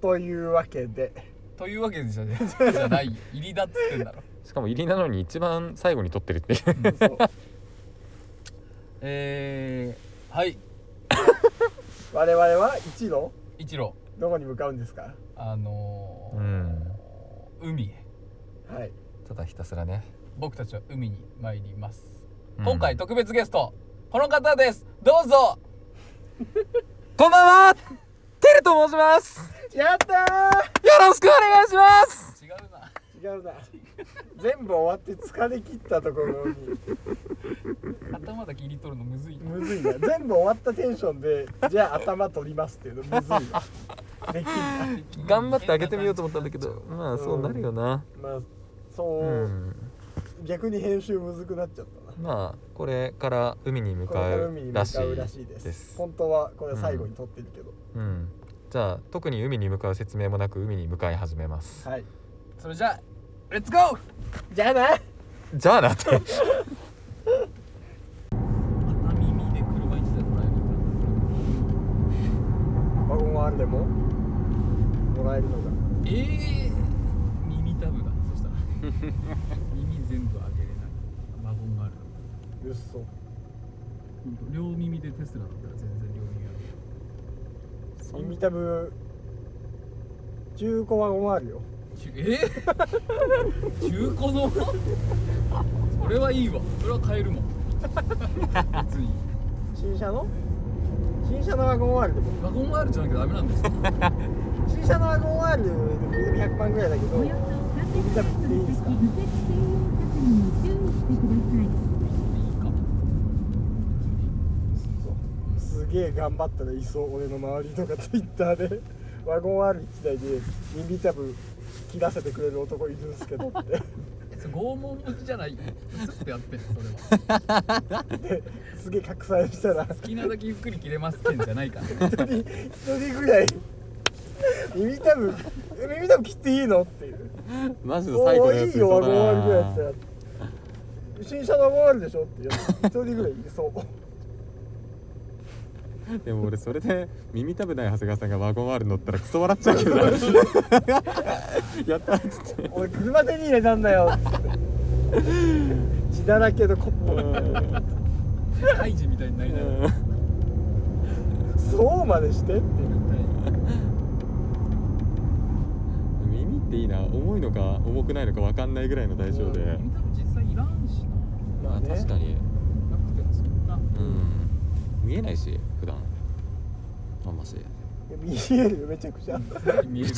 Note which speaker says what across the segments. Speaker 1: というわけで
Speaker 2: というわけでじゃね じゃないよ入りだっつってんだろ
Speaker 3: しかも入りなのに一番最後に撮ってるっていう
Speaker 1: そう
Speaker 2: えー、はい
Speaker 1: 我々は一路
Speaker 2: 一郎
Speaker 1: どこに向かうんですか
Speaker 2: あのー
Speaker 3: うん
Speaker 2: 海へ
Speaker 1: はい
Speaker 3: ただひたすらね、
Speaker 2: 僕たちは海に参ります、
Speaker 3: うん
Speaker 2: 今回特別ゲストこの方ですどうぞ
Speaker 3: こんばんはテルと申します
Speaker 1: やった
Speaker 3: よろしくお願いします
Speaker 2: 違うな
Speaker 1: ー違うな全部終わって疲れ切ったところに
Speaker 2: 頭だけ入り取るのむずい
Speaker 1: むずいな全部終わったテンションでじゃあ頭取りますっていうのむずいわできんな
Speaker 3: 頑張ってあげてみようと思ったんだけどまあそうなるよな
Speaker 1: まあそう、
Speaker 3: うん
Speaker 1: 逆に編集むずくなっちゃったな
Speaker 3: まあこれから海に向
Speaker 1: これか
Speaker 3: からう
Speaker 1: 海に
Speaker 3: ら
Speaker 1: 向
Speaker 3: し
Speaker 1: かう
Speaker 3: い
Speaker 1: らしいです
Speaker 3: です
Speaker 1: 本当はこれ最後に撮ってるけど、
Speaker 3: うんじゃあ特に海に向かう説明もなく海に向かい始めます
Speaker 1: はい
Speaker 2: それじゃあレッツゴー
Speaker 1: じゃあな
Speaker 3: じゃあなって
Speaker 2: 片耳で車一台もらえ
Speaker 1: ワゴ
Speaker 2: る
Speaker 1: ン R でももらえるのが
Speaker 2: ええー、耳タブだそしたら 耳全部あげれないワゴンがある
Speaker 1: うっそ
Speaker 2: 本当両耳でテスラだったら全然両耳あげれる
Speaker 1: 耳たぶ中古ワゴン R よ
Speaker 2: ちゅえー、中古のそれはいいわそれは買えるもん別に
Speaker 1: 新車の新車のワゴン R でも
Speaker 2: ワゴン R じゃなきゃダメなんですか
Speaker 1: 新車のワゴン R でも100万ぐらいだけど
Speaker 4: およそ300メートル先右折専用車線に注意してください。
Speaker 2: いいか
Speaker 1: すげえ頑張ったらいそう俺の周りとかツイッターでワゴン R1 台で耳たぶ切らせてくれる男いるんですけどって
Speaker 2: えそれ拷問持ちじゃないずっとやってんのそれは
Speaker 1: すげえ拡散したら
Speaker 2: 好きなだけゆっくり切れますけんじゃないから
Speaker 1: 一人一人ぐらい耳たぶ耳たぶ切っていいのっていう
Speaker 3: マジ
Speaker 1: おおーいいよワゴン R ぐらいやったら新車のワゴン R でしょっていう一人ぐらいいそう
Speaker 3: でも俺それで耳たぶない長谷川さんがワゴン R 乗ったらクソ笑っちゃうけどな やったっつって
Speaker 1: 俺車手に入れたんだよっつって血だらけのコップ
Speaker 2: ハイジみたいになりながら
Speaker 1: そうまでしてっていう
Speaker 3: 耳っていいな重いのか重くないのか分かんないぐらいの大小で、
Speaker 2: 耳たぶ実際いらんし
Speaker 3: まあ
Speaker 1: ね
Speaker 3: 確かに
Speaker 2: ななくてもそんな
Speaker 3: うん見えないし普段あんまし
Speaker 1: 見えるよめちゃくちゃ
Speaker 2: 見える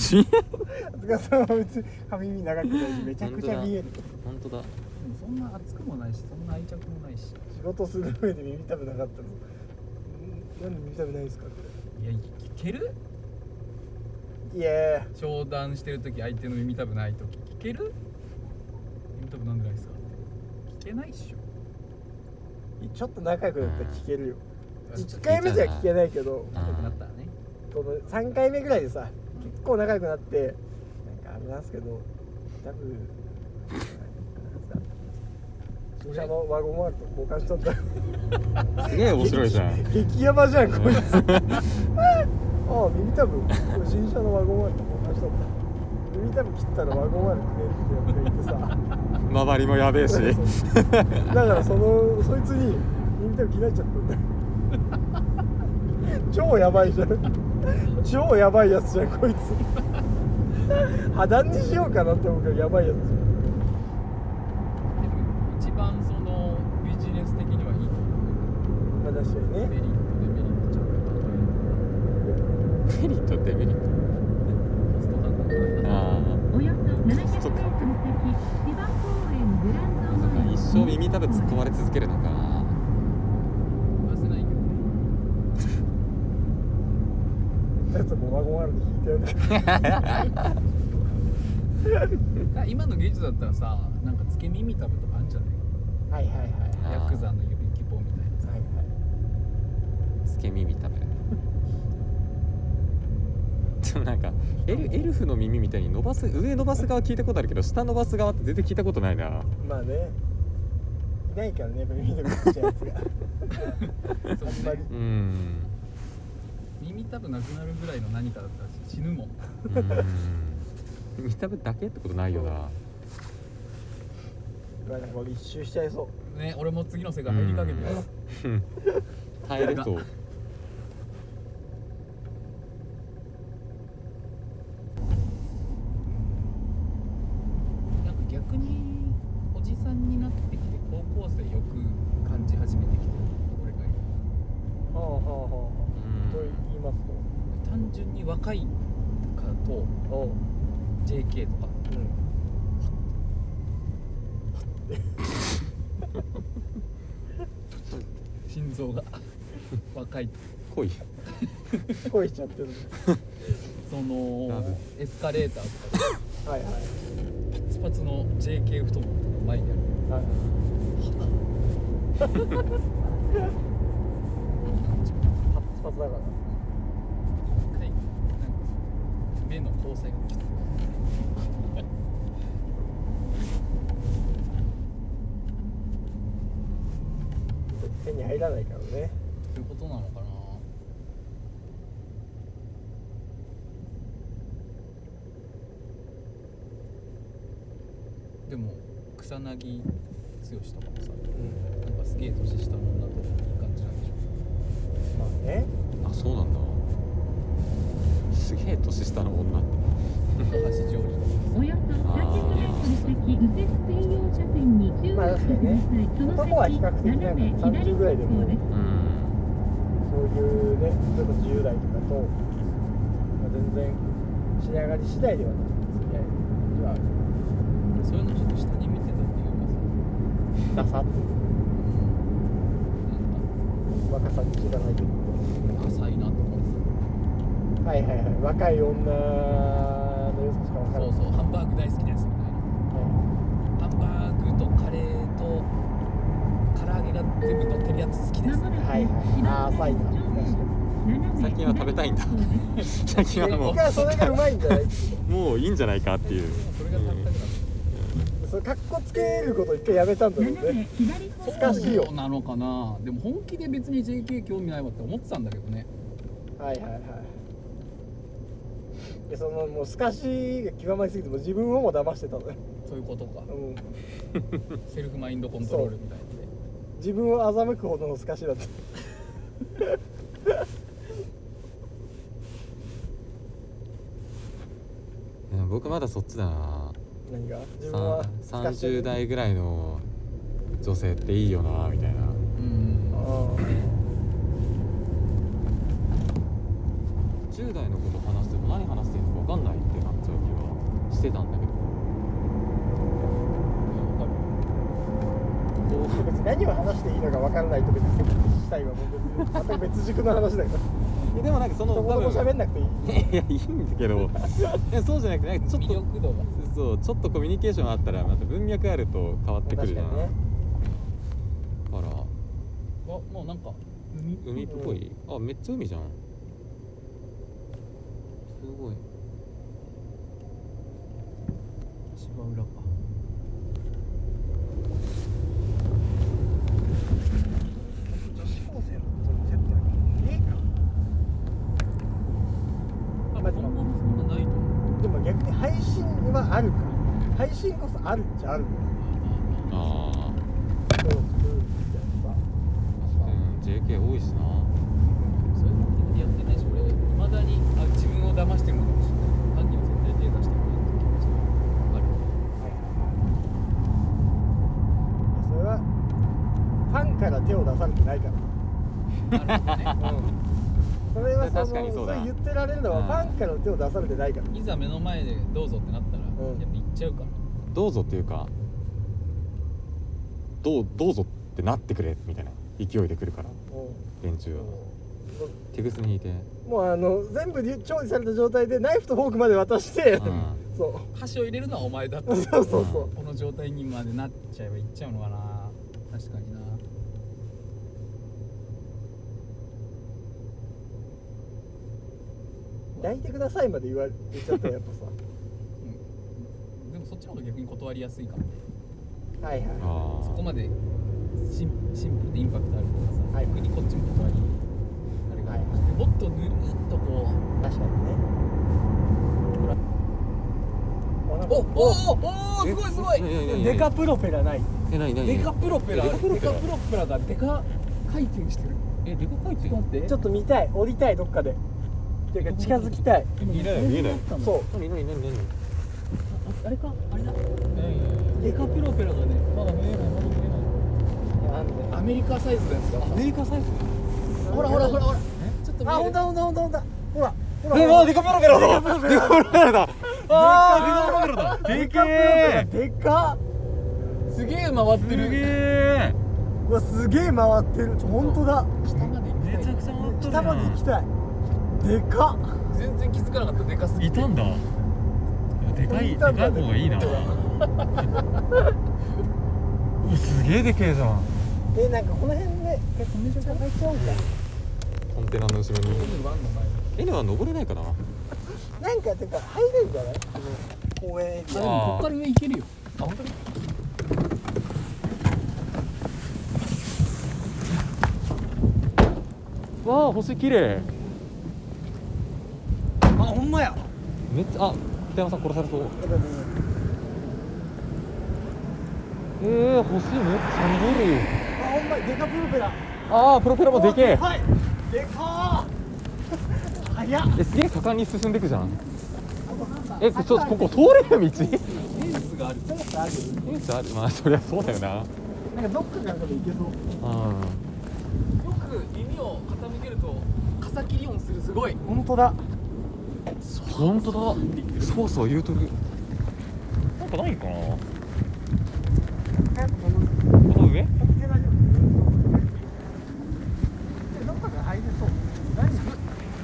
Speaker 1: 松川さんは別に髪身長くないしめちゃくちゃ見える
Speaker 3: 本当だ
Speaker 2: でもそんな熱くもないしそんな愛着もないし
Speaker 1: 仕事する上で耳たぶなかったのなんで耳たぶないんですかって
Speaker 2: いやいける
Speaker 1: いや
Speaker 2: 商談してる時相手の耳たぶない時聞ける耳たぶなんでないですか聞けないっしょ
Speaker 1: ちょっと仲良くなったら聞けるよ
Speaker 2: ちょ
Speaker 1: 1回目じゃ聞けないけど
Speaker 3: あ
Speaker 2: 仲良くなったらね
Speaker 1: その3回目ぐらいでさ結構仲良くなってなんかあれなんですけど多分新車のワゴンワールと交換しとったら
Speaker 3: すげえ面白いじゃん
Speaker 1: 激ヤバじゃんこいつ ああ耳たぶ新車のワゴンワールと交換しとった耳たぶ切ったらワゴンワールくれるってやつがいてさ
Speaker 3: 周りもやべ えし
Speaker 1: だからそのそいつに耳たぶ切られちゃったんだよ超やばいじゃん超やばいやつじゃんこいつ破談にしようかなって思うけどやばいやつ
Speaker 2: でも一番そのビジネス的にはいいと思
Speaker 1: まあ確か
Speaker 2: う
Speaker 1: に
Speaker 2: メ
Speaker 1: ね
Speaker 2: リットデメリットちゃんと考える
Speaker 3: メリットデメリット
Speaker 2: コスト感覚なんだ
Speaker 3: あ
Speaker 4: およそ700メートル先芝公園グラ
Speaker 3: あ
Speaker 4: ンド前。
Speaker 3: 一生耳たぶ突っ込まれ続けるのか
Speaker 2: 言わせないけど
Speaker 1: や
Speaker 2: ね
Speaker 1: つもワゴンあるんで引いてやる
Speaker 2: だから今の技術だったらさなんかつけ耳たぶとかあんじゃない
Speaker 1: はいはいはいは
Speaker 3: あー
Speaker 2: ヤクザの指希望みたいなさ
Speaker 1: い
Speaker 3: つけ耳たぶでもなんかエルエルフの耳みたいに伸ばす上伸ばす側聞いたことあるけど下伸ばす側って全然聞いたことないな
Speaker 1: まあねいないからねやっぱ耳たぶ切っちゃうやつが
Speaker 2: そう
Speaker 1: あんまり
Speaker 2: ね
Speaker 3: うん
Speaker 2: 耳たぶなくなるぐらいの何かだったら死ぬもん
Speaker 3: うん耳たぶだけってことないよな
Speaker 1: うわなんか俺一周しちゃいそう
Speaker 2: ね俺も次の世界入りかけてる
Speaker 3: うん耐えれそう
Speaker 2: なんか逆におじさんになってきて高校生よく感じ始めてきてる俺が
Speaker 1: はあはあは
Speaker 3: うん
Speaker 1: あと言いますと
Speaker 2: 単純に若いとかと
Speaker 1: おう
Speaker 2: JK とか
Speaker 1: うん
Speaker 2: 心臓が若いと
Speaker 3: 濃い
Speaker 1: 恋しちゃってるね
Speaker 2: その
Speaker 3: なぜ
Speaker 2: エスカレーターとか
Speaker 1: はいはい
Speaker 2: パツパツの JK 太ももとか前にあ
Speaker 1: は
Speaker 2: る
Speaker 1: いパツパツだから
Speaker 2: はいなんか目の交際がきつい
Speaker 1: 手に入らないからね
Speaker 2: ということなのかなでも草薙剛とかもさ
Speaker 1: うん
Speaker 2: なんかすげえ年下の女といい感じなんでしょ
Speaker 1: まあね
Speaker 3: あそうなんだすげえ年下の女って
Speaker 2: 高橋ジョージとか
Speaker 4: およそ 300m 先右折専用車線に注意してくだ
Speaker 1: まあ確かにね。
Speaker 4: さいその
Speaker 1: 男は比
Speaker 4: 先
Speaker 1: 較的
Speaker 4: 斜め
Speaker 1: なんか
Speaker 4: 左
Speaker 1: 30ぐらいでも
Speaker 4: 方です。
Speaker 3: うん
Speaker 1: そういうね例えば10代とかと、まあ、全然仕上がり次第ではなく付き合いが
Speaker 2: そういうのちょっと下に見てたっていう
Speaker 1: ダ
Speaker 2: かさ
Speaker 1: サっていう
Speaker 2: な
Speaker 1: 若さに気がないけど
Speaker 2: んか浅いなとか
Speaker 1: はいはいはい若い女の良さしか分から
Speaker 2: さそ
Speaker 1: ないう
Speaker 2: そうハンバーグ大好きですみたいなハンバーグとカレーと唐揚げが全部乗ってるやつ好きです
Speaker 4: まもなく
Speaker 1: はいはいああ浅いな確かに
Speaker 4: 斜め
Speaker 3: 最近は食べたい んだ
Speaker 4: 左方です
Speaker 3: 最近はも
Speaker 1: 結果それがうまいんじゃないっていう
Speaker 3: もういいんじゃないかっていう
Speaker 2: それが食べたくなる
Speaker 1: うそのかっこつけること一回やめたんだろう
Speaker 4: 斜め
Speaker 1: ね
Speaker 4: 左方
Speaker 1: 懐かしいよ
Speaker 2: そうなのかなでも本気で別に JK 興味ないわって思ってたんだけどね
Speaker 1: はいはいはいでそのもう透かしが極まりすぎてもう自分をも騙してたのよ、
Speaker 2: そういうことか
Speaker 1: うん、
Speaker 2: セルフマインドコントロールみたいなね
Speaker 1: 自分を欺くほどの透かしだった
Speaker 3: うん僕まだそっちだな
Speaker 1: 何が自分
Speaker 3: さ
Speaker 1: は
Speaker 3: ん
Speaker 1: 透かし
Speaker 3: 30代ぐらいの女性っていいよなみたいな
Speaker 2: うん
Speaker 1: ああ
Speaker 3: 10代のこと話しても何話してるのか分かんないってなっちゃう気はしてたんだけど
Speaker 2: わかる
Speaker 3: こう
Speaker 1: 別に何を話していいのか分からないと別にセックスしたいはもう別にまた別軸の話だから
Speaker 3: えでもなんかその
Speaker 1: どこでも喋んなくていい
Speaker 3: いやいいんだけ どえそうじゃなくてなんかちょっ
Speaker 2: 魅
Speaker 3: と
Speaker 2: 力度が
Speaker 3: そうちょっとコミュニケーションあったらまた文脈あると変わってく
Speaker 1: 確
Speaker 3: るじ
Speaker 1: か
Speaker 3: ゃん
Speaker 1: にね
Speaker 3: だから
Speaker 2: あもうなんか
Speaker 3: 海っぽいあめっちゃ海じゃんすごい
Speaker 2: 芝浦か
Speaker 1: 女子高生のその接点はねえか
Speaker 2: あ今後もそんなないと思う
Speaker 1: らでも逆に配信はあるから配信こそあるっちゃあるのよ人を作
Speaker 3: あ
Speaker 1: るみたいなさ
Speaker 3: あ、うん、JK 多いしな
Speaker 2: そういうのでやってないし俺いまだにあ自分を騙してるのかもしれない犯人は絶対手出してもらうって気持ちがある
Speaker 1: それはファンから手を出されてないから
Speaker 2: なるほど ね
Speaker 1: それはその
Speaker 3: 確かにそうだ
Speaker 1: れ言ってられるのは
Speaker 3: うん
Speaker 1: ファンから手を出されてないから
Speaker 2: いざ目の前でどうぞってなったら、
Speaker 1: うん
Speaker 2: やっぱ行っちゃうから
Speaker 3: どうぞっていうかどうどうぞってなってくれみたいな勢いで来るから
Speaker 1: も
Speaker 3: 連中
Speaker 1: う
Speaker 3: は
Speaker 1: も
Speaker 3: 手ぐすにいて
Speaker 1: うもうあの全部り調理された状態でナイフとフォークまで渡して、
Speaker 3: うん
Speaker 1: そう
Speaker 2: 箸を入れるのはお前だって
Speaker 1: そうそうそう
Speaker 2: この状態にまでなっちゃえばいっちゃうのかな確かにな
Speaker 1: 抱いてくださいまで言われちゃったらやっぱ さ
Speaker 2: うんでもそっちの方が逆に断りやすいかもね
Speaker 1: はいはい
Speaker 3: ああ
Speaker 2: そこまでシンシンプルでインパクトあるからさ、
Speaker 1: はい
Speaker 2: 逆にこっちも断りあれがありまして、もっとぬるっとこ
Speaker 1: 確かにね
Speaker 2: うこおおおおすごいすごい
Speaker 1: デカプロペラない
Speaker 3: えなになに
Speaker 2: デカプロペラ
Speaker 3: デカプロ
Speaker 2: デ
Speaker 3: ペラ
Speaker 2: カプロペラがデカ回転してるえデカ回転ちょっと待って
Speaker 1: ちょっと見たい降りたいどっかでっていうか近づきたい
Speaker 3: 見えない見えない
Speaker 1: そう
Speaker 3: なになになになに
Speaker 2: あれかあれだデカプロペラがねまだ見えないまだ見えないアメリカサイズのやつだ
Speaker 3: アメリカサイズ
Speaker 2: ほらほらほらほらちょっと見
Speaker 1: あ
Speaker 2: え
Speaker 1: ほん
Speaker 2: る
Speaker 1: だほんだほんだほんだほらほら
Speaker 3: えわデカペロペロだデカペロペロだあーデカペロペロだ
Speaker 1: デ
Speaker 3: でけ
Speaker 1: カプロペラで
Speaker 3: え
Speaker 1: かっ
Speaker 2: すげえ回っ
Speaker 3: す
Speaker 2: て
Speaker 3: げ
Speaker 2: る
Speaker 3: え
Speaker 1: うわすげえ回ってる本当だ
Speaker 2: 下まで行きた
Speaker 5: めちゃ
Speaker 2: い
Speaker 5: くちゃ回っとるや
Speaker 1: 北
Speaker 5: ん
Speaker 1: まで行きたいでかっ
Speaker 2: 全然気づかなかったデカすぎ
Speaker 5: い
Speaker 2: て
Speaker 5: たんだいやでかいでかい方 がいいなおすげえでけえじゃん
Speaker 1: えなんかこの辺で結構めちゃくちゃちゃうんか
Speaker 3: コンテナの後ろに
Speaker 2: ワンの前
Speaker 3: エレは登れないかな
Speaker 1: なんかてか入れるんじゃないこの公園エリ
Speaker 2: あ
Speaker 1: ア
Speaker 2: でもこっから上行けるよあ本当に
Speaker 3: わあ星綺麗
Speaker 2: あほんまや
Speaker 3: めっちゃあ北山さん殺されそうえー、星めっちゃ見えるよ
Speaker 1: あほんまやデカプロペラ
Speaker 3: ああプロペラもでけえ
Speaker 1: はいでかー早っ
Speaker 3: えすげえ盛んに進んでいくじゃんえちょっとここ通れる道
Speaker 2: フェンスがある
Speaker 1: なんかある
Speaker 3: ニュースあるまあそりゃそうだよな
Speaker 1: なんかどっかからで行けそう
Speaker 3: うん
Speaker 2: よく耳を傾けると傘切り音するすごい
Speaker 1: 本当だ
Speaker 3: 本当だそうそう言うとる
Speaker 5: なんかないんかなこ
Speaker 1: なんかこの
Speaker 5: の上
Speaker 1: コンテナじゃんどっかから入れそう何すげ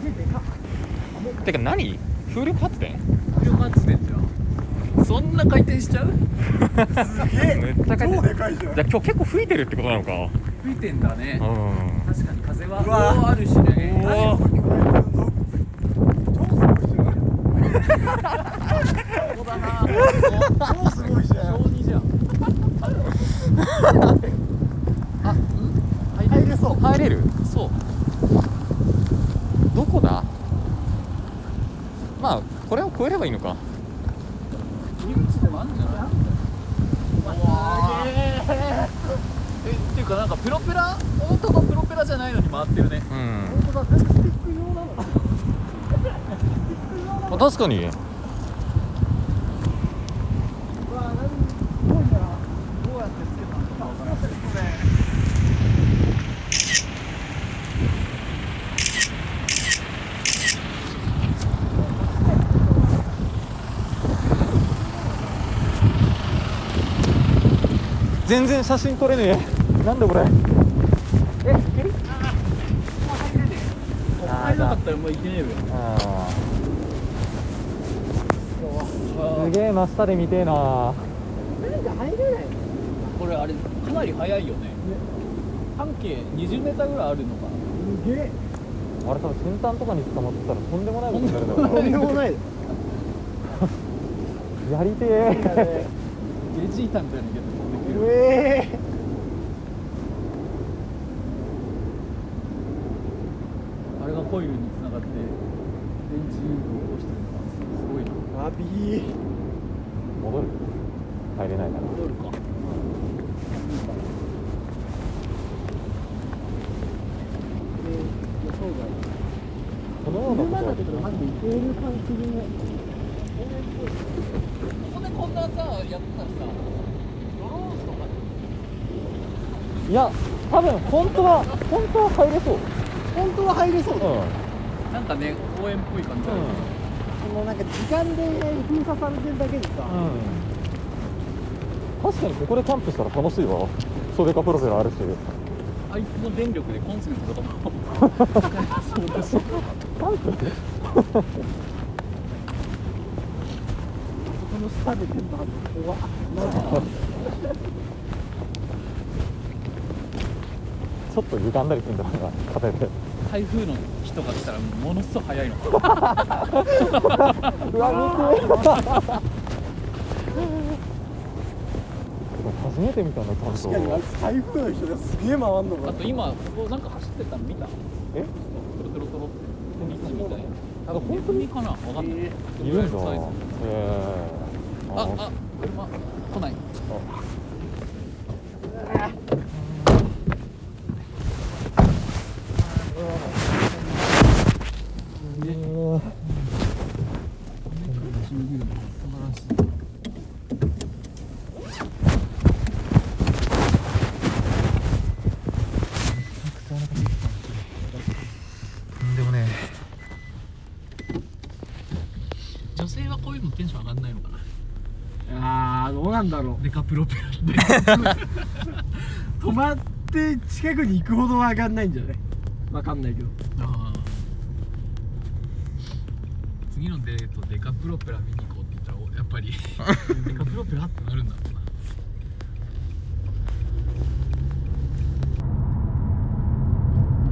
Speaker 1: えでか
Speaker 5: てか何風力発電
Speaker 2: 風力発電じゃんそんな回転しちゃう
Speaker 5: めっちゃかいてる
Speaker 1: かいじゃ
Speaker 5: じゃあ今日結構吹いてるってことなのか
Speaker 2: 吹いてんだね
Speaker 5: うん
Speaker 2: 確かに風は
Speaker 1: うわ
Speaker 2: こうあるしね
Speaker 5: うわ
Speaker 1: 超すごいじゃん
Speaker 2: ここだなここ
Speaker 1: 超すごいじゃん
Speaker 2: 小二じゃんあうん
Speaker 1: 入れそう
Speaker 3: 入れる
Speaker 2: そう
Speaker 3: どこだまあこれを越えればいいのか
Speaker 2: 入り口でもあるんじゃないわーえっていうかなんかプロペラ本当のプロペラじゃないのに回ってるね
Speaker 3: うん
Speaker 1: 本当だ全部スティック用なの
Speaker 3: あ確かに
Speaker 1: うわ何すごいなどうやってつけたのか分からないこれ
Speaker 3: 全然写真撮れねえなんだこれえいける
Speaker 2: 入らなかったらもういけねえよ
Speaker 3: あーすげえ真下で見てえな
Speaker 1: なんか入れない
Speaker 2: これあれかなり速いよね半径 20m ぐらいあるのかな
Speaker 1: すげえ
Speaker 3: あれ多分先端とかに捕まってたらとんでもないことになるだ
Speaker 2: と
Speaker 3: ろ
Speaker 2: ん
Speaker 1: とんでもない
Speaker 3: なやりてえ
Speaker 2: ベジータみたいなゲットでき
Speaker 1: う
Speaker 2: る
Speaker 1: え
Speaker 2: あれがコイルにつながって電池誘導を起こしてるのがすごいな
Speaker 1: ーアビー
Speaker 3: 戻る入れないな
Speaker 2: 戻るか
Speaker 3: このようなことは
Speaker 1: なんで行ける感じでね
Speaker 2: ここでこんなさやってたらさドローンとか
Speaker 3: いや多分本当は本当は入れそう
Speaker 1: 本当は入れそうだ、
Speaker 3: う
Speaker 2: なんかね公園っぽい感じあ
Speaker 3: ん
Speaker 2: る、
Speaker 1: もうなんか時間で封鎖されてるだけでさ、
Speaker 3: うん、確かにここでキャンプしたら楽しいわソデカプロペラあるしキ
Speaker 2: あいつの電力でコンセントとかもそうだし
Speaker 3: ャンプ
Speaker 1: この下でテント張って怖っ
Speaker 3: ちょっと歪んだりするんだろうな片手で
Speaker 2: 台風の日とか来たらものすごい速いの
Speaker 3: うわ見て初めて見たんだキャンプ
Speaker 1: 確かにあいつ台風の人がすげえ回んのか
Speaker 2: あと今ここなんか走ってたの見た
Speaker 3: え
Speaker 2: トロトロトロって道みたいな
Speaker 3: あの本当に
Speaker 2: かなわかんない
Speaker 3: いるんだ
Speaker 2: サイズ
Speaker 3: へえ
Speaker 2: ああ車来ない
Speaker 1: うわ
Speaker 2: 女性はこういうのテンション上がんないのかな
Speaker 1: あーどうなんだろ
Speaker 2: デカプロペ ラ
Speaker 1: う止まって近くに行くほどは上がんないんじゃないわかんないけど
Speaker 2: あー次のデートデカプロペラ見に行こうって言ったらおやっぱ りデカプロペラってなるんだろうな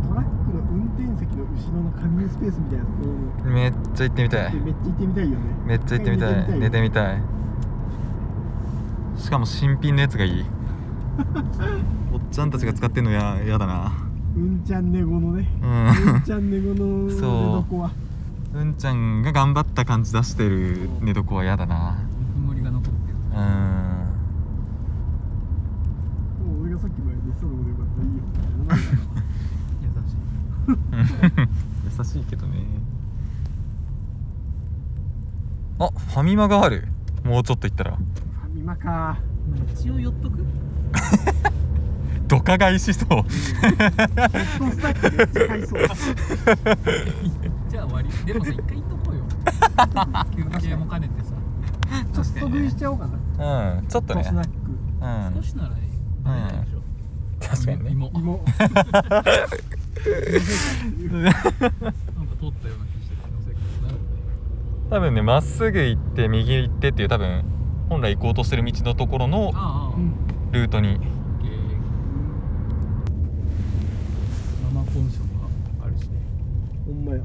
Speaker 1: トラックの運転席の後ろの仮眠スペースみたいなところに
Speaker 3: めっちゃ行ってみたい
Speaker 1: めっちゃ行ってみたいよね
Speaker 3: めっちゃ行ってみたい寝てみたいしかも新品のやつ がいいおっちゃんたちが使ってんのややだな
Speaker 1: うんちゃんねごのね
Speaker 3: うん
Speaker 1: うんちゃんねごの寝床は
Speaker 3: うんちゃんが頑張った感じ出してる寝床はやだな
Speaker 2: ぬくもりが残ってる
Speaker 3: うん
Speaker 1: もう俺がさっきまで寝てたとこでよかったらいいよみたいな
Speaker 2: 優しい
Speaker 3: 優しいけどねあファミマがあるもうちょっと行ったら
Speaker 1: ファミマか
Speaker 2: まあ一応寄っとく
Speaker 3: ドカ買いしそう
Speaker 1: ホットスタッフめっちゃ買いそう
Speaker 2: じゃあ終わりでもさ一回行っとこう よ休憩も兼ねてさ
Speaker 1: ちょっと食いしちゃおうかな
Speaker 3: うんちょっとね
Speaker 1: スナック
Speaker 3: うん
Speaker 2: 少しならいいあれないでしょ
Speaker 3: 確かにね
Speaker 2: 芋なんか
Speaker 1: 芋
Speaker 2: 通ったような気してるけどせっかくなるんで
Speaker 3: 多分ねまっすぐ行って右行ってっていう多分本来行こうとしてる道のところの
Speaker 2: ああ、
Speaker 1: うん
Speaker 3: ルートに
Speaker 2: え生コンションがあるしね
Speaker 1: ほんまや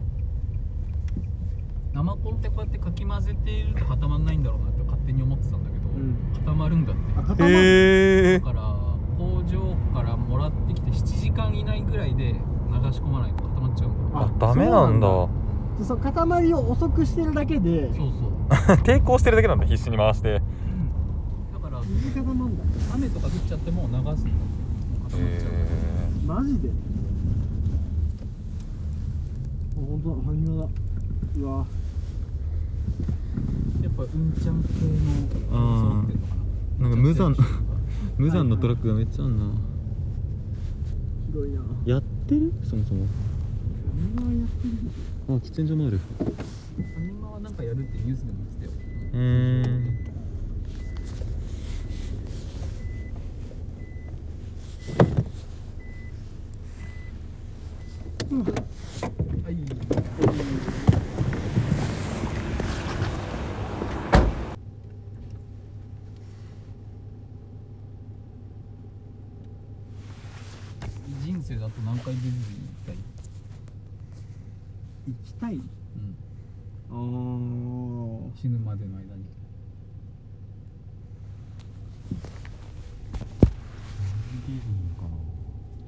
Speaker 2: 生コンってこうやってかき混ぜていると固まんないんだろうなって勝手に思ってたんだけど、
Speaker 1: ん
Speaker 2: 固まるんだって
Speaker 1: あ固まる
Speaker 3: へえ
Speaker 2: だから工場からもらってきて7時間以内ぐらいで流し込まないと固まっちゃうんだ
Speaker 3: あダメなんだ
Speaker 1: そうなんだその塊を遅くしてるだけで
Speaker 2: そうそう
Speaker 3: 抵抗してるだけなんだ必死に回して
Speaker 2: だから
Speaker 1: 水が固まんだ
Speaker 2: 雨とか降っちゃっても流すの固まっちゃ
Speaker 1: マ
Speaker 2: う
Speaker 1: ジであ本当だファミマだうわ
Speaker 2: やっぱうんちゃん系の
Speaker 3: うん
Speaker 2: 揃ってるのかな
Speaker 3: なんか無残
Speaker 2: うんちゃ ん系の
Speaker 3: 無残なトラックがめっちゃあんな
Speaker 1: 広いな
Speaker 3: やってるそもそも
Speaker 1: ファミマはやってる
Speaker 3: あ喫煙所もある
Speaker 2: ファミマはなんかやるってニュースでも言ってたよ
Speaker 3: うーん
Speaker 1: はい
Speaker 2: 人生だと何回ディズニー行きたい
Speaker 1: 行きたいあー
Speaker 2: 死ぬまでの間に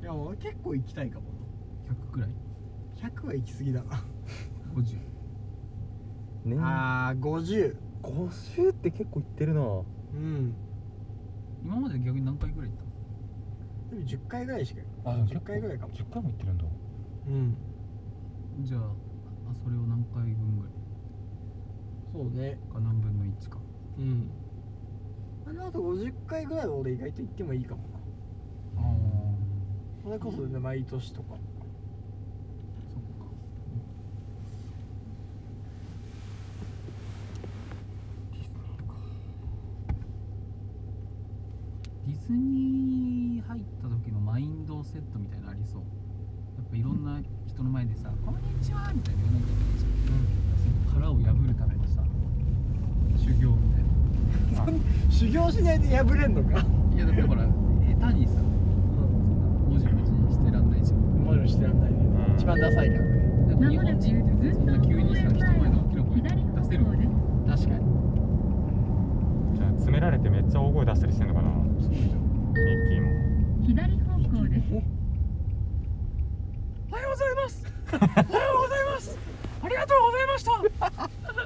Speaker 1: いや俺結構行きたいかも
Speaker 2: 100くらい
Speaker 1: な100は行き過ぎだな
Speaker 2: 50
Speaker 3: ね
Speaker 1: あー50
Speaker 3: 50って結構行ってるな
Speaker 1: うん
Speaker 2: 今まで逆に何回くらい行っ
Speaker 1: でも10回ぐらいしか
Speaker 3: あ
Speaker 1: 10回ぐらいかも
Speaker 3: 10回も行ってるんだ
Speaker 1: うん
Speaker 2: たじゃああそれを何回分ぐら
Speaker 1: そうね
Speaker 2: いか何分の1か
Speaker 1: うんあのあと50回ぐらいは俺意外と行ってもいいかもな
Speaker 2: ああ
Speaker 1: それこそね毎年とか
Speaker 2: そっかディズニー入った時のマインドセットみたいなのありそうやっぱいろんな人の前でさ「こんにちは」みたいな言わなきゃいけないじゃんその殻を破るためのさ修行みたいな
Speaker 1: 修行しないで破れんのか
Speaker 2: いやだってほら下手にさそんなもじもじしてらんないじゃん
Speaker 1: もろしてらんないね
Speaker 3: うん
Speaker 1: 一番ダサいからね
Speaker 2: でも日
Speaker 4: 日
Speaker 2: 本
Speaker 4: 本
Speaker 2: 人っ
Speaker 4: 人ってて
Speaker 2: そん
Speaker 4: そん
Speaker 2: な
Speaker 4: な
Speaker 2: 急
Speaker 4: 急
Speaker 2: に
Speaker 4: に
Speaker 2: さ
Speaker 4: さ
Speaker 2: 人
Speaker 4: 人
Speaker 2: 前
Speaker 4: 前
Speaker 2: の
Speaker 4: の
Speaker 2: 大
Speaker 4: 大
Speaker 2: き
Speaker 4: き
Speaker 2: な
Speaker 4: な
Speaker 2: 声
Speaker 4: 声
Speaker 2: 出せ
Speaker 4: 出
Speaker 2: る
Speaker 4: せる
Speaker 2: も
Speaker 4: も
Speaker 2: ん
Speaker 4: ん
Speaker 2: ね
Speaker 4: ね
Speaker 2: 確かに
Speaker 3: じゃあ詰められてめっちゃ大声出したりしてんのかなミッキーも
Speaker 4: 左方向です
Speaker 2: おはようございますおはようございますありがとうご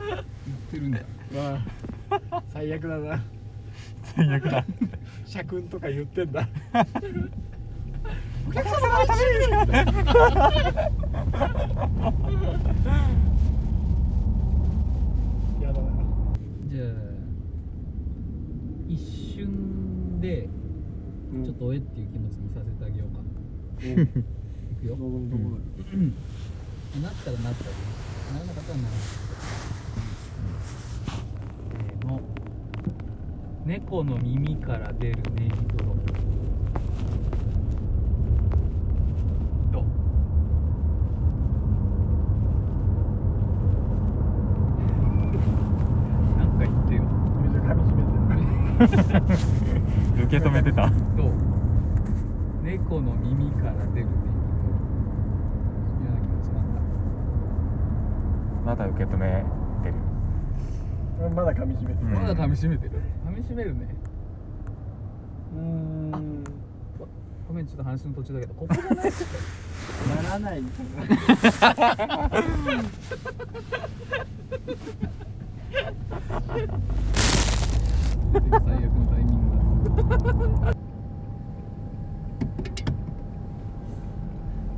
Speaker 2: ざいました言ってしてるんだ
Speaker 1: まあ 最悪だな
Speaker 3: 最悪だ
Speaker 1: 社訓とか言ってん だ
Speaker 3: お客様のため に
Speaker 1: やだな
Speaker 2: じゃあ一瞬でちょっとおえっていう気持ちにさせてあげようかいくよなったらなったでならなかったらならなかったせーの猫の耳から出るネギトロどうなんか言ってよ
Speaker 1: めっちゃ髪締めて
Speaker 3: 受け止めてた
Speaker 2: どう猫の耳から出るネギトロ嫌な気持ちになった
Speaker 3: まだ受け止めてる
Speaker 1: るまだ噛み締めてる
Speaker 2: まだ噛み締めてる噛み締めるね
Speaker 1: うん
Speaker 2: ごめんちょっと話の途中だけどここじゃない
Speaker 1: ならない
Speaker 2: 最悪のタイミングだ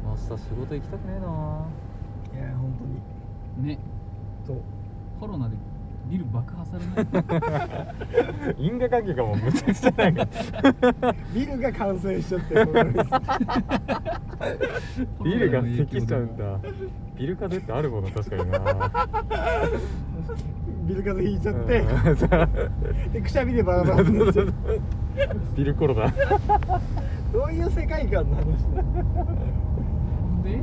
Speaker 5: 明日仕事行きたくねえない
Speaker 1: や本当に
Speaker 2: ね
Speaker 1: そう
Speaker 2: コロナでビル爆破されない
Speaker 3: 因果関係がもうむちゃくちゃないか
Speaker 1: ビルが完成しちゃってる
Speaker 3: ビルが
Speaker 2: 咳
Speaker 3: 咳しちゃうんだ ビル風ってあるもの確かに な
Speaker 1: ビル風邪ひいちゃって、でくしゃみでバラバラになっちゃう
Speaker 3: ビルコロナ
Speaker 1: どういう世界観の話なの
Speaker 2: ほんで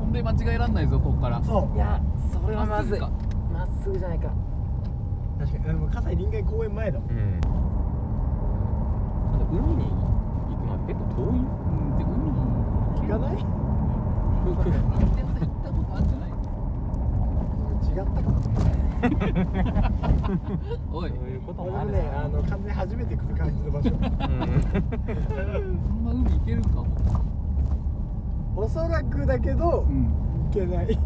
Speaker 2: ほんで間違えらんないぞここから
Speaker 1: そういや
Speaker 2: これはまずいか
Speaker 1: まっすぐじゃないか確かにでも葛西臨海公園前だもん
Speaker 3: うんあと海に行くまで結構遠い
Speaker 2: うんで海
Speaker 1: 行かない違っ
Speaker 2: でも行ったことあるんじゃない
Speaker 1: たかな
Speaker 2: おい
Speaker 3: そういうこと
Speaker 1: 俺
Speaker 3: もあ
Speaker 1: も
Speaker 3: る
Speaker 1: ねあの完全に初めて来る感じの場所
Speaker 2: あんま海行けるかも
Speaker 1: おそらくだけど
Speaker 2: ん
Speaker 1: 行けない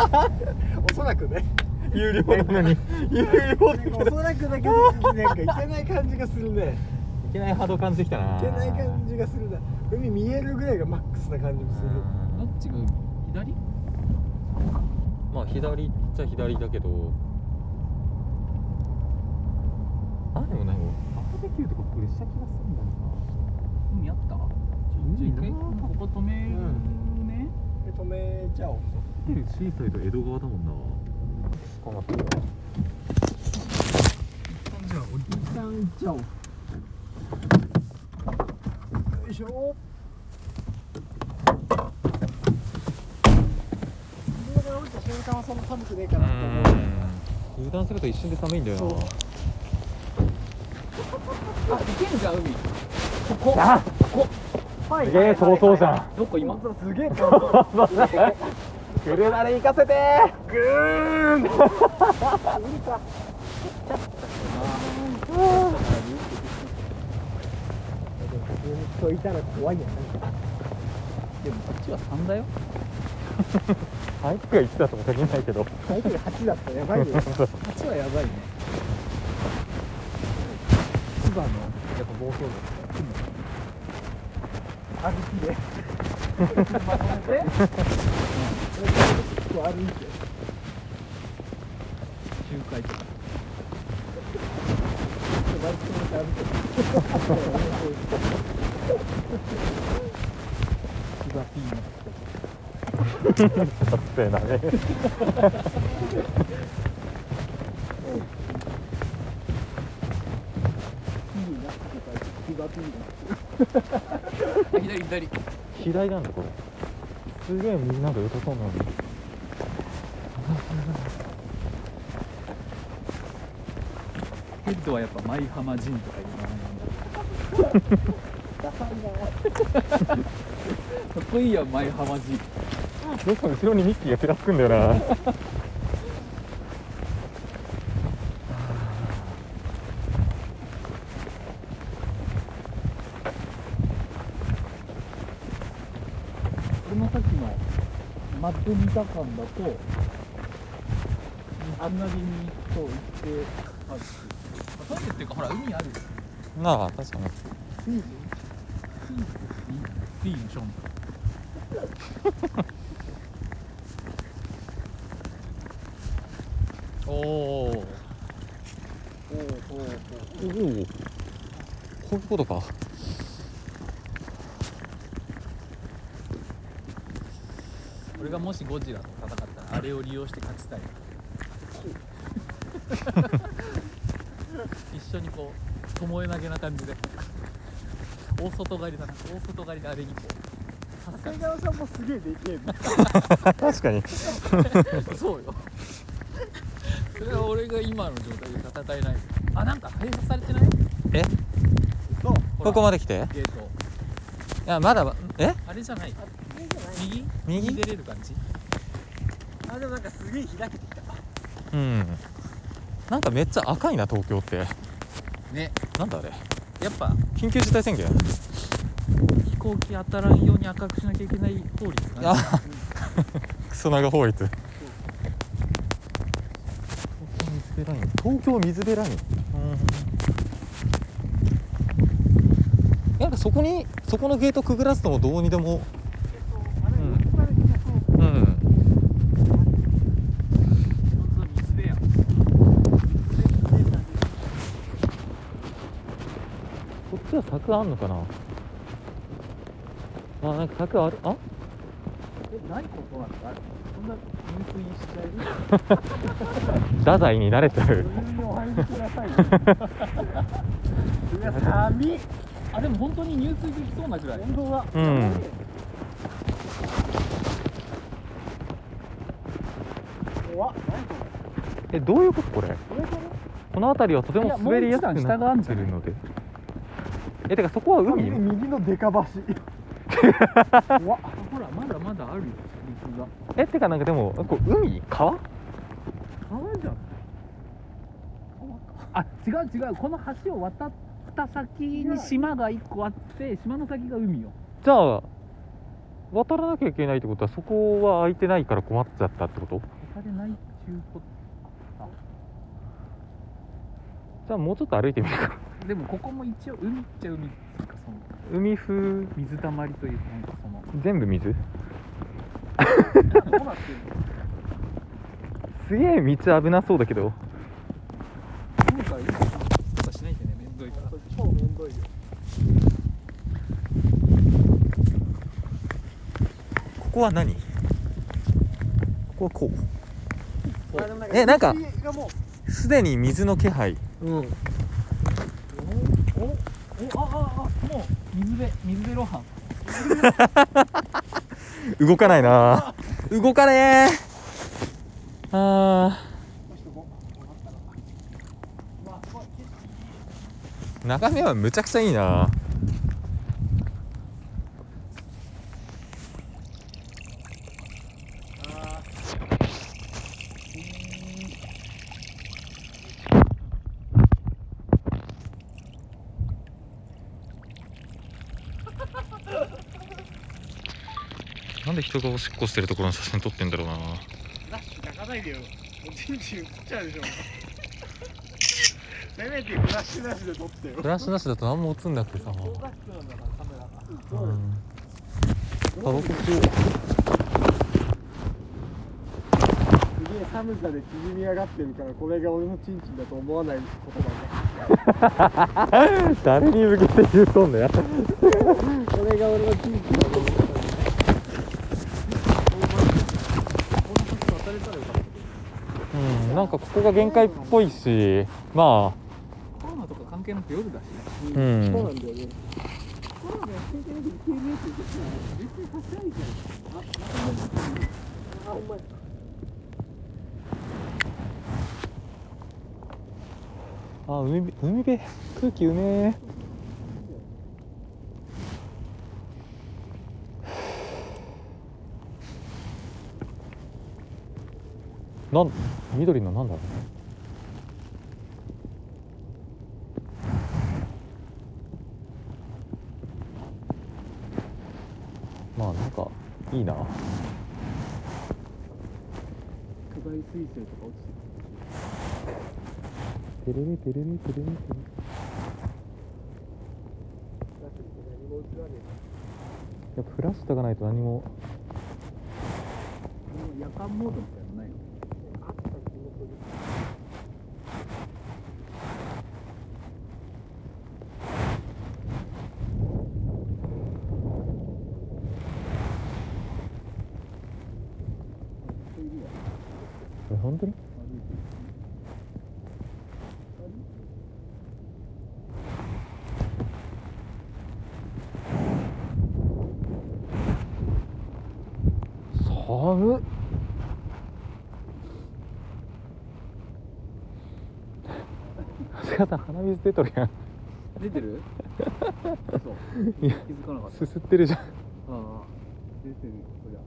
Speaker 1: おそらくね
Speaker 3: 有料なのに有料
Speaker 1: なんかおそらくだけどなんか行けない感じがするね
Speaker 3: いけない波動感じてきたな
Speaker 1: 行けない感じがするな海見えるぐらいがマックスな感じもする
Speaker 2: どっちが海左
Speaker 3: まあ左っちゃ左だけどあでもないもバーベキューとかこれした気がするんだよ
Speaker 2: 海あったじゃあ一回ここ止めるね、
Speaker 1: え止めちゃおう
Speaker 3: なホテルシーサイド江戸川だもんな捕まった
Speaker 2: 一旦じゃあ降りて
Speaker 1: 一旦行っちゃおうよいしょこれが降りた瞬間はそんな寒くねえかなと思う
Speaker 3: 油断すると一瞬で寒いんだよ
Speaker 1: そう
Speaker 2: あ行けるじゃん海ここ
Speaker 1: はい
Speaker 3: ええ早々じゃ
Speaker 2: どこ今
Speaker 1: すげえ遠
Speaker 3: ん車で行かせてグーン
Speaker 1: いたら怖いや
Speaker 2: でもこっちは3だよ
Speaker 3: 体育館行ってたとも限らないけど
Speaker 1: タイトル8だったらやばいよ8はやばいね千葉のやっぱ暴走力歩きでまとめて結構歩いて
Speaker 2: 周回とか
Speaker 1: バイク乗って歩いて
Speaker 2: 千葉ピーナッツ
Speaker 3: 撮影 だね
Speaker 2: あ左左
Speaker 3: 左なんだこれすげえみんなが良さそうなのに
Speaker 2: ヘ ッドはやっぱ舞浜陣とかいう名前なんだかっこいいやん舞浜陣
Speaker 3: どうしても後ろにミッキーがちらつくんだよな
Speaker 2: この先のマッドミタ感だと
Speaker 1: あんなりにと行ってあ
Speaker 2: トイレっていうかほら海ある
Speaker 3: なあ確かに
Speaker 1: フィジ
Speaker 2: いいのショーンおお
Speaker 1: ーおうおう
Speaker 3: おおこういうことか
Speaker 2: 俺がもしゴジラと戦ったらあれを利用して勝ちたい一緒にこう巴投げな感じで大外刈りだな大外刈りであれにこう刺
Speaker 1: 長
Speaker 2: す感
Speaker 1: 谷川さんもすげえでけえな
Speaker 3: 確かに
Speaker 2: じそうよ それは俺が今の状態で戦えないあなんか閉鎖されてない
Speaker 3: え
Speaker 2: そうほら
Speaker 3: ここまで来て
Speaker 2: ゲート
Speaker 3: いやまだえ
Speaker 2: あれじゃない右
Speaker 3: 右
Speaker 2: 出れる感じ
Speaker 1: あでもなんかすげえ開けて
Speaker 3: うんなんかめっちゃ赤いな東京って
Speaker 2: ね
Speaker 3: なんだあれ
Speaker 2: やっぱ
Speaker 3: 緊急事態宣言
Speaker 2: 飛行機当たらんように赤くしなきゃいけない法律かな
Speaker 3: あクソ長法律東京水辺ライン東京水辺ラインうんなんかそこにそこのゲートくぐらすのもどうにでもうん、うん
Speaker 2: 水辺や
Speaker 3: こっちは柵あんのかなあなんか柵あるあ
Speaker 1: えないことなんかあるそんな入水しちゃえる
Speaker 3: 太宰に慣れちゃう
Speaker 1: 余裕にお入りくだ さいようわ寒い
Speaker 2: あでも本当に入水できそうなぐらい
Speaker 1: 本当だ
Speaker 3: うん
Speaker 1: 怖っ何こ
Speaker 3: えどういうことこれ
Speaker 1: れこれこ
Speaker 3: この辺りはとても滑りやすくなってるのでえてかそこは
Speaker 1: れ
Speaker 3: 海
Speaker 1: 右のデカ橋怖っ
Speaker 2: あほらまだまだあるよ陸が
Speaker 3: えてかなんかでもこう海川
Speaker 2: 川じゃんあ違う違うこの橋を渡った先に島が一個あって島の先が海よ
Speaker 3: じゃあ渡らなきゃいけないってことはそこは空いてないから困っちゃったってこと
Speaker 2: 他でない中古
Speaker 3: じゃあもうちょっと歩いてみるか
Speaker 2: でもここも一応海っちゃ海っていうかその
Speaker 3: 海風
Speaker 2: 水たまりというかなんかその
Speaker 3: 全部水すげえ道危なそうだけど
Speaker 1: 今回
Speaker 2: とかしないでねめんどいから
Speaker 1: 超めんどいよ
Speaker 3: ここは何ここはこう
Speaker 1: え
Speaker 3: え
Speaker 1: な
Speaker 3: なんん
Speaker 1: か
Speaker 3: か
Speaker 1: 水がも
Speaker 3: すでに水の気配
Speaker 1: ううん
Speaker 2: おおあああもう水辺水辺露伴
Speaker 3: 動かないな動かねえあー眺めはむちゃくちゃいいななんで人がおしっこしてるところの写真撮ってんだろうな
Speaker 1: だって泣かないでよ。おちんちん映っちゃうでしょ。せめてフラッシュなしで撮ってよ。
Speaker 3: フラッシュなしだと何も映んなくてさ
Speaker 1: 正月なんだからカメラが。
Speaker 3: う
Speaker 1: どうです
Speaker 3: ん
Speaker 1: か
Speaker 3: タバコ吸おう
Speaker 1: すげえ寒さで縮み上がってるから、これが俺のちんちんだと思わないことだね。
Speaker 3: 誰に向けて言うとんのや
Speaker 1: これが俺のちんちんだと思わない。
Speaker 3: うんなんかここが限界っぽいしまあ
Speaker 2: コロナとか関係なく夜だしね
Speaker 3: うん
Speaker 1: そうなんだよね。
Speaker 3: あ海辺海辺空気うめえなん緑のなんだろうまあなんかいいな
Speaker 1: 巨大水星とか落ちて
Speaker 3: テレレテレレテレレテレ
Speaker 6: だって何も映らね
Speaker 3: やっぱフラッシュとかないと何も
Speaker 2: 夜間モードみたいなのない
Speaker 6: え
Speaker 2: の
Speaker 6: なあった気もする
Speaker 3: え本当に寒っ長谷川さん 鼻水出とるやん
Speaker 2: 出てるそう
Speaker 3: いや
Speaker 2: 気づかなかった
Speaker 3: すすってるじゃん
Speaker 2: ああ出てるこりゃ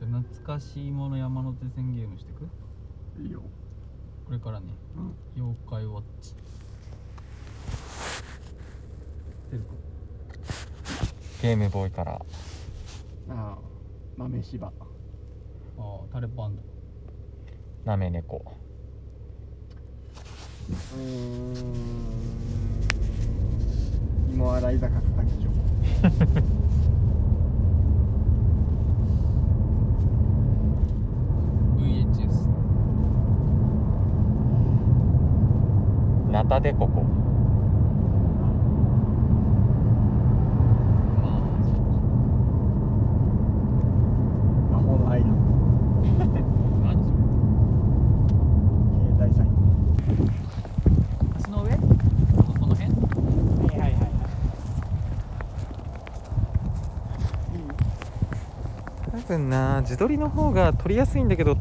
Speaker 2: じゃあ懐かしいもの山手線ゲームしてく
Speaker 7: いいよ
Speaker 2: これからね、妖怪ウォッチ出るか
Speaker 3: ゲームボーイから
Speaker 1: ああ豆柴
Speaker 2: ああタレパンダ
Speaker 3: なめ猫
Speaker 1: うーん芋洗い坂卓上
Speaker 2: VHS
Speaker 3: ナタデココ
Speaker 2: まあそうか
Speaker 1: 魔法のアイラン
Speaker 2: 何そ
Speaker 1: ド携帯サ
Speaker 2: れ
Speaker 1: イト
Speaker 2: 橋の上この
Speaker 1: はい
Speaker 2: 辺
Speaker 1: はいはいはい
Speaker 3: 多分な自撮りの方が撮りやすいんだけど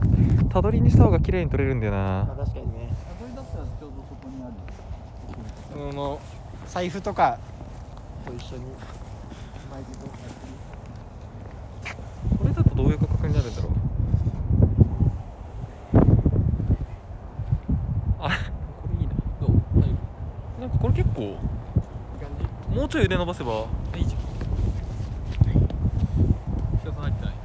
Speaker 3: たどりにした方が綺麗に撮れるんだよ
Speaker 1: まあ
Speaker 3: な
Speaker 1: 確かにね
Speaker 2: これだったらちょうどそこにある
Speaker 1: うんもう財布とかと一緒に
Speaker 3: これだとどういう価格になるんだろうあこれいいな
Speaker 2: どう入る
Speaker 3: なんかこれ結構もうちょい腕伸ばせばいいじゃん
Speaker 2: 人さん入ってない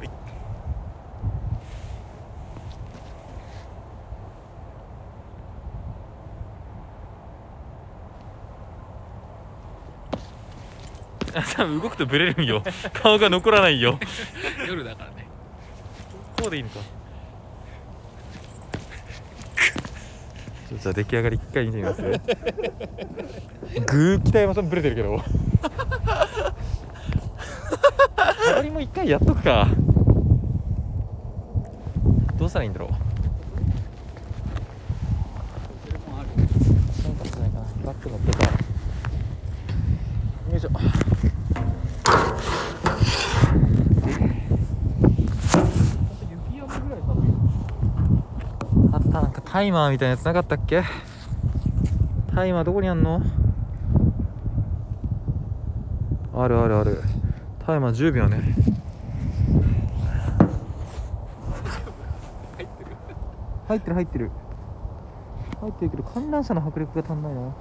Speaker 3: あ多分動くとブレるんよ顔が残らないよ
Speaker 2: 夜だからね
Speaker 3: こうでいいのかちょじゃあ出来上がり一回見てみますグー北山さんブレてるけど たどりも一回やっとくかどうしたらいいんだろうなんかしないかなバック乗ってたよいしょ
Speaker 2: 雪山ぐらい寒い
Speaker 3: あったなんかタイマーみたいなやつなかったっけタイマーどこにあんのあるあるあるタイマー10秒ね入ってる入ってる入ってるけど観覧車の迫力が足んないな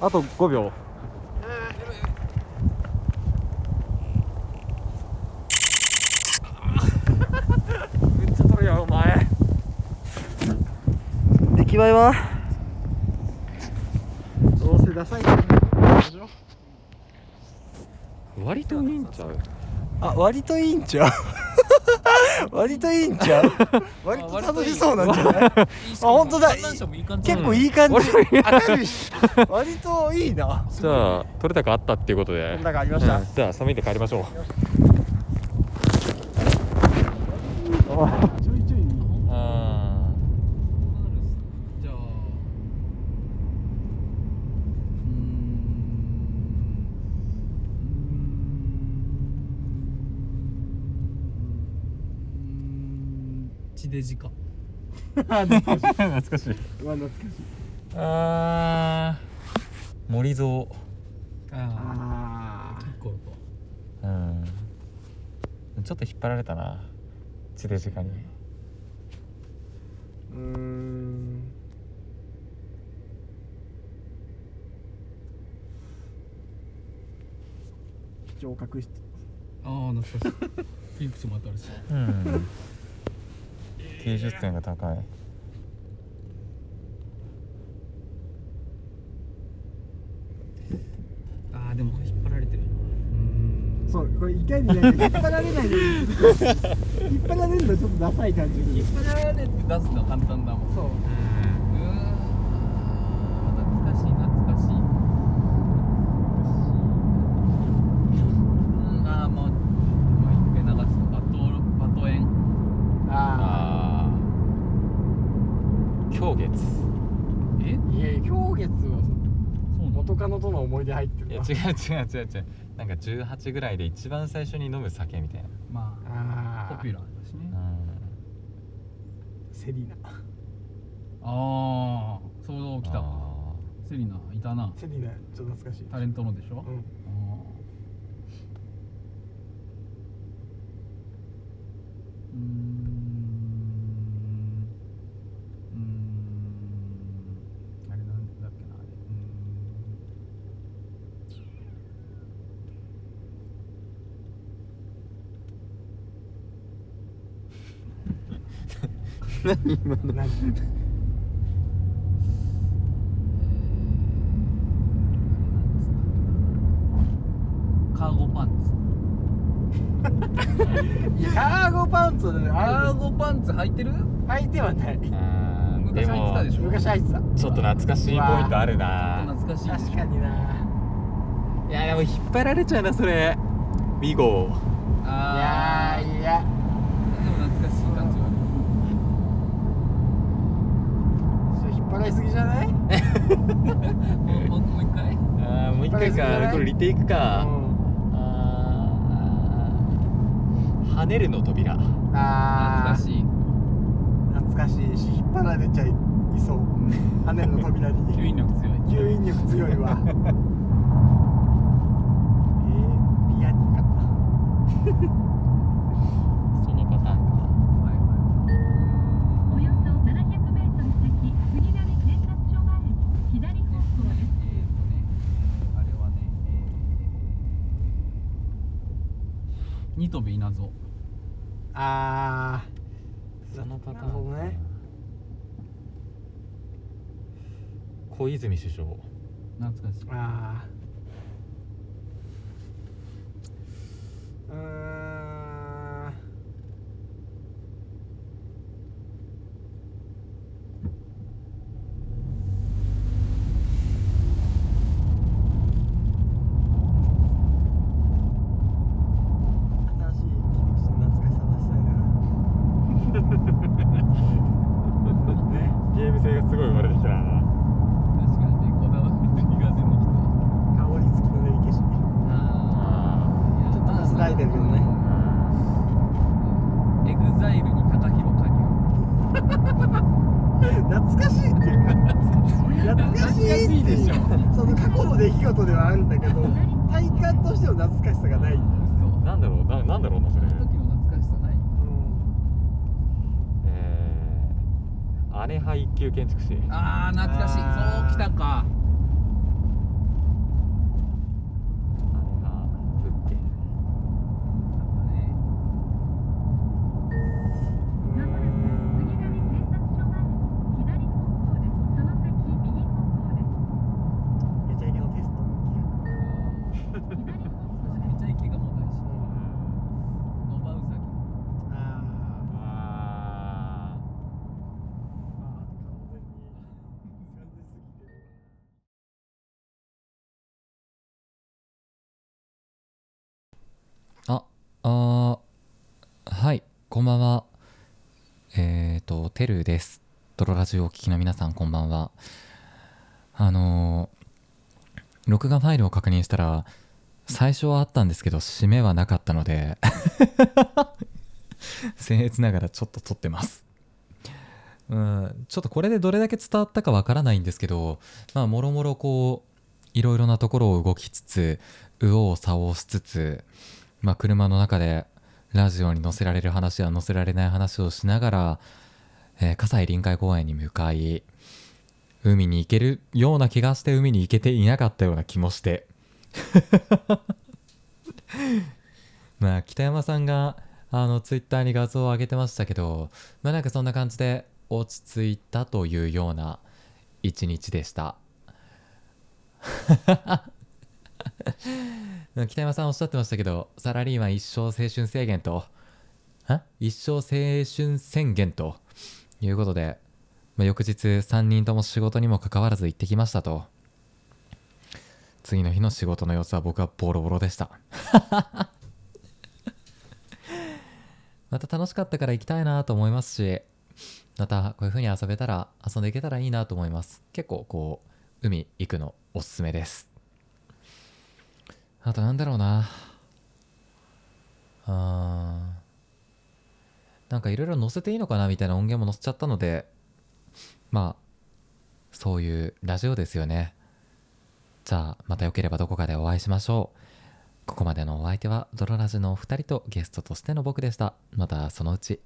Speaker 3: あと5秒めっちゃ取るやんお前出来栄えは
Speaker 1: どうせダサいからね
Speaker 3: 割といいんちゃう
Speaker 1: あ割といいんちゃう割といいんちゃう割と楽しそうなんじゃない
Speaker 2: あ
Speaker 1: 本当だ
Speaker 2: 観覧車もいい感じ
Speaker 1: 結構いい感じ
Speaker 3: 割
Speaker 1: 明るいし割といいな
Speaker 3: じゃあ取れたかあったっていうことで
Speaker 1: こんながありました
Speaker 3: うんじゃあ寒いんで帰りましょう
Speaker 1: ちょいちょい
Speaker 3: あ
Speaker 2: じゃあうーんうーんうーん地デジか
Speaker 3: 懐かしいあー森蔵
Speaker 2: あ
Speaker 1: あ
Speaker 2: あ結構か
Speaker 3: うんちょっと引っ張られたな地デジカに
Speaker 1: ーうーん聴覚室
Speaker 2: ああ懐かしいピンクスもあったらしい
Speaker 3: うん芸術点が高い
Speaker 2: ああでもこれ引っ張られてるうん
Speaker 1: そうこれいかになんか引っ張られないように引っ張られるのちょっとダサい感じする
Speaker 2: 引っ張られて出すのは簡単だもんそううーんまた懐かしい懐かしい懐かしいうんああもうもう一回流すのバトバトエン
Speaker 1: あ
Speaker 3: あー氷月
Speaker 2: え
Speaker 1: あいやいや氷月はその元
Speaker 2: そうなの
Speaker 1: カノとの思い出入って
Speaker 3: い
Speaker 1: る
Speaker 3: や
Speaker 1: わ
Speaker 3: 違う違う違う違うなんか18ぐらいで一番最初に飲む酒みたいな
Speaker 2: まあ
Speaker 1: あ
Speaker 2: ポピュラーだしね
Speaker 3: う
Speaker 1: ーセリーナ
Speaker 2: ああ想像
Speaker 3: ん
Speaker 2: 起きた
Speaker 3: あ
Speaker 2: セリナいたな
Speaker 1: セリーナちょっと懐かしい
Speaker 2: タレントのでしょ、
Speaker 1: うん
Speaker 2: うーんうーんあれなんだっけなあれう
Speaker 1: 何
Speaker 2: ーんあれなんつったっけなカーゴパンツ
Speaker 1: いやカーゴパンツだね
Speaker 2: カ
Speaker 1: あ
Speaker 2: ーゴパンツ履いてる
Speaker 1: れ履いてはない
Speaker 3: ーあーで
Speaker 2: 昔履いて
Speaker 3: も
Speaker 2: たでしょ
Speaker 1: 昔履いてた
Speaker 3: ちょっと懐かしいポイントあるな
Speaker 2: 懐かしいで
Speaker 1: 確
Speaker 2: しょ
Speaker 1: かにない
Speaker 3: やでも引っ張られちゃうなそれビゴ
Speaker 1: い
Speaker 2: あ
Speaker 1: や
Speaker 2: あ
Speaker 1: ーいや
Speaker 2: でも懐かしい感じはある
Speaker 1: それ引っ張られすぎじゃないうん
Speaker 2: もうもうもう一回
Speaker 3: あーもう一回かこれリテイクか、あー跳ねるの扉
Speaker 1: あ
Speaker 2: 懐か
Speaker 1: ー
Speaker 2: しい
Speaker 1: 懐かしいし引っ張られちゃいそう羽根の扉に
Speaker 2: 吸引力強い
Speaker 1: 吸引力強いわえー、ピアニカ
Speaker 3: そのパターンか
Speaker 2: はいはい
Speaker 4: およそ700メートル先、杉並警察署前、
Speaker 2: えっとね、えっ
Speaker 4: 左
Speaker 2: とね
Speaker 4: 方向です。、
Speaker 2: あれはね、えー、ニトベ稲造。
Speaker 1: あ
Speaker 3: そのパターン
Speaker 1: なるほどね
Speaker 3: 小泉首相
Speaker 2: 懐かしい
Speaker 1: ー。あーうーん新しい切り口の懐かしさ出したいなね
Speaker 8: ゲーム性がすごい生まれてきたな
Speaker 2: 確かにね、こだわりが出てきた。
Speaker 1: 香り付きの練り消し
Speaker 2: ああ、
Speaker 1: ちょっとかすらいてるけどね
Speaker 2: エグザイルに高弘加入。
Speaker 1: 懐かしいっていうか懐かしいっていうその過去の出来事ではあるんだけど体感としての懐かしさがない、うん
Speaker 2: 嘘。
Speaker 3: なんだろうななんだろうなそれ
Speaker 2: あの時の懐かしさない。
Speaker 3: えー、姉派一級建築士
Speaker 2: ああ、懐かしい。そうきたか。
Speaker 3: 姉派物件
Speaker 4: まもなく杉並警察署前、左方向です。その先、右方向です。
Speaker 1: めちゃイケのテストの
Speaker 4: 左方向です。
Speaker 2: めちゃイケがもうないし。ノバウサギ。
Speaker 1: 企画あ ー
Speaker 3: あ
Speaker 1: あー完
Speaker 3: ー
Speaker 1: 全に完全すぎてる
Speaker 5: あ、あーはい、こんばんは。えっ、ー、と、てるです。ドロラジオをお聞きの皆さん、こんばんは。あのー録画ファイルを確認したら、最初はあったんですけど、締めはなかったので、 僭越ながらちょっと撮ってます。うん、ちょっとこれでどれだけ伝わったかわからないんですけど、まあ、もろもろこう、いろいろなところを動きつつ、右往左往しつつ、まあ、車の中でラジオに載せられる話や載せられない話をしながら、えー葛西臨海公園に向かい海に行けるような気がして海に行けていなかったような気もして
Speaker 3: まあ北山さんがあのツイッターに画像を上げてましたけどまあなんかそんな感じで落ち着いたというような一日でした北山さんおっしゃってましたけどサラリーマン一生青春制限とあ一生青春宣言ということで、まあ、翌日3人とも仕事にもかかわらず行ってきましたと次の日の仕事の様子は僕はボロボロでした また楽しかったから行きたいなと思いますしまたこういう風に遊べたら遊んでいけたらいいなと思います結構こう海行くのおすすめですあとなんだろうなあーなんかいろいろ載せていいのかなみたいな音源も載せちゃったのでまあそういうラジオですよねじゃあまたよければどこかでお会いしましょうここまでのお相手はドロラジのお二人とゲストとしての僕でしたまたそのうち